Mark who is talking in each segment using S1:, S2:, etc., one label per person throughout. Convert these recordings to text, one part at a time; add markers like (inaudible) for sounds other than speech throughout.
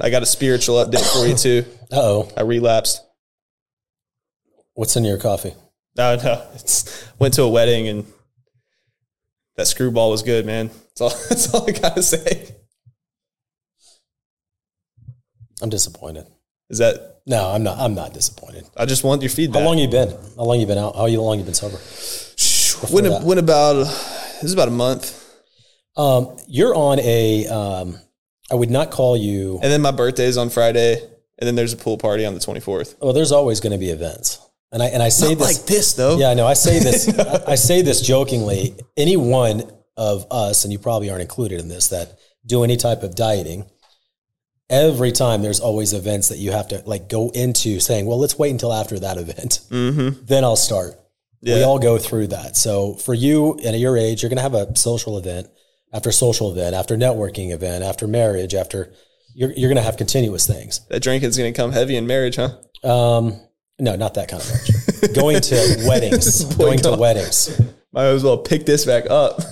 S1: I got a spiritual update
S2: (coughs)
S1: for you too.
S2: oh.
S1: I relapsed.
S2: What's in your coffee?
S1: No, no. It's went to a wedding and that screwball was good, man. That's all. (laughs) That's all I gotta say.
S2: I'm disappointed.
S1: Is that
S2: No, I'm not. I'm not disappointed.
S1: I just want your feedback.
S2: How long you been? How long you been out? How long you been sober?
S1: When,
S2: that?
S1: when about? It was about a month,
S2: Um, you're on a. Um, I would not call you.
S1: and then my birthday is on Friday, and then there's a pool party on the 24th.
S2: Well, there's always going to be events, and I and I say this.
S1: Like this though.
S2: Yeah, I know. I say this. I I say this jokingly. Any one of us, and you probably aren't included in this, that do any type of dieting, every time there's always events that you have to like go into saying, "Well, let's wait until after that event, then I'll start." We
S1: Yeah.
S2: all go through that. So for you and at your age, you're going to have a social event after social event after networking event after marriage after you're you're going to have continuous things.
S1: That drinking's gonna come heavy in marriage, huh?
S2: Um, no, not that kind of marriage. going to weddings, going to weddings.
S1: Might as well pick this back up. (laughs)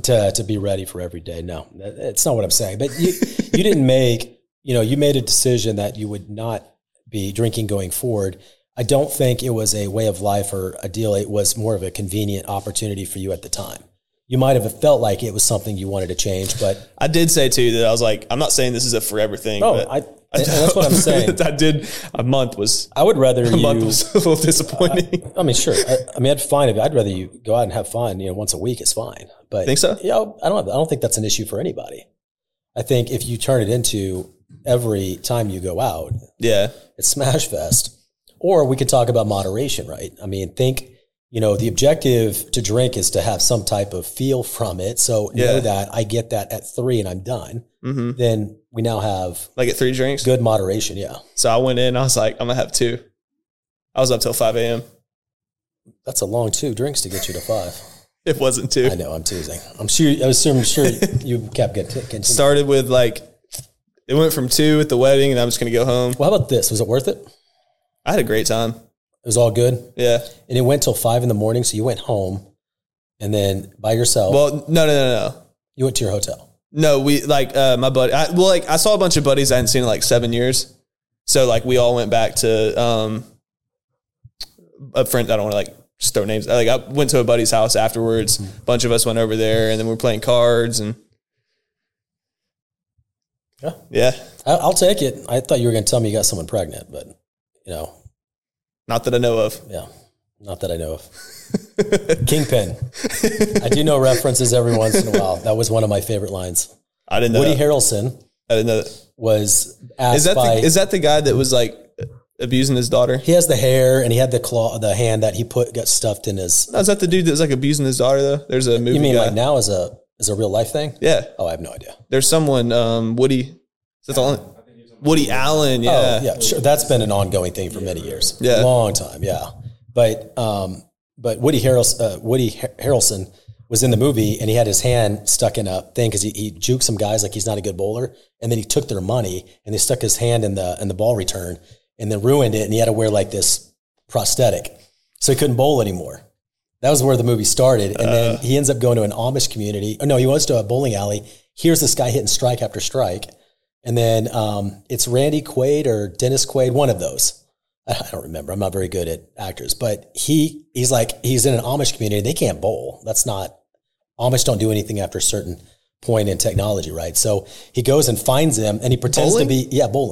S2: (laughs) to, to be ready for every day. No, that- that's not what I'm saying. But you, you didn't make, you know, you made a decision that you would not be drinking going forward. I don't think it was a way of life or a deal. It was more of a convenient opportunity for you at the time. You might have felt like it was something you wanted to change, but
S1: I did say too that I was like, I'm not saying this is a forever thing.
S2: (laughs) oh,
S1: but
S2: I, and that's what I'm (laughs) saying.
S1: (laughs) I did a month was
S2: I would rather
S1: a month
S2: you.
S1: was (laughs) a little disappointing.
S2: (laughs) I mean, sure. I, I mean, I'd fine if I'd rather you go out and have fun. You know, once a week is fine. But
S1: Think so?
S2: Yeah, I don't. I don't think that's an issue for anybody. I think if you turn it into every time you go out,
S1: yeah.
S2: it's smash fest. Or we could talk about moderation, right? I mean, think. You know, the objective to drink is to have some type of feel from it. So
S1: Yeah.
S2: know that I get that at three and I'm done.
S1: hmm
S2: Then we now have
S1: Like at three drinks.
S2: good moderation. Yeah,
S1: So I went in. I was like, I'm gonna have two. I was up till 5 a.m.
S2: that's a long two drinks to get you to five.
S1: It wasn't two.
S2: I know I'm teasing. I'm sure. I assume I'm sure you kept getting. getting
S1: Started with like, it went from two at the wedding, and I'm just gonna go home.
S2: Well, how about this? Was it worth it? It
S1: I had a great time.
S2: was all good, and
S1: Yeah.
S2: it went till five in the morning. So you went home, and then by yourself,
S1: Well, no, no, no, no.
S2: you went to your hotel.
S1: No, we like uh, my buddy. I, well, like I saw a bunch of buddies I hadn't seen in like seven years. So like we all went back to um, a friend. I don't want to like just throw names. Like I went to a buddy's house afterwards.
S2: Mm-hmm.
S1: A bunch of us went over there, and then we were playing cards and
S2: Yeah.
S1: yeah.
S2: I, I'll take it. I thought you were going to tell me you got someone pregnant, but you know,
S1: Not that I know of.
S2: yeah, not that I
S1: (laughs)
S2: know of. Kingpin. I do know references every once in a while. That was one of my favorite lines.
S1: I didn't know.
S2: Woody
S1: that.
S2: Harrelson
S1: I didn't know. That.
S2: was asked
S1: Is that
S2: by.
S1: the, is that the guy that was like abusing his daughter?
S2: he has the hair, and he had the claw, the hand that he put got stuffed in his.
S1: No, is that the dude that was like abusing his daughter though? There's a movie.
S2: You mean
S1: guy.
S2: like now is a is a real life thing?
S1: Yeah.
S2: Oh, I have no idea.
S1: There's someone, um, Woody. Is that the only? Woody Allen. Yeah.
S2: Oh, yeah, sure. That's been an ongoing thing for many years.
S1: Yeah.
S2: long time. Yeah, but um, but Woody Harrelson, uh, Woody Har- Harrelson was in the movie, and he had his hand stuck in a thing because he, he juked some guys like he's not a good bowler, and then he took their money and they stuck his hand in the in the ball return, and then ruined it, and he had to wear like this prosthetic, so he couldn't bowl anymore. That was where the movie started, and then he ends up going to an Amish community. Oh no, he goes to a bowling alley. Here's this guy hitting strike after strike, and then um, it's Randy Quaid or Dennis Quaid, one of those. I I don't remember. I'm not very good at actors, but he he's like he's in an Amish community. They can't bowl. That's not Amish. Don't do anything after a certain point in technology, right? So he goes and finds him, and he pretends
S1: Bowling?
S2: to be yeah bowling.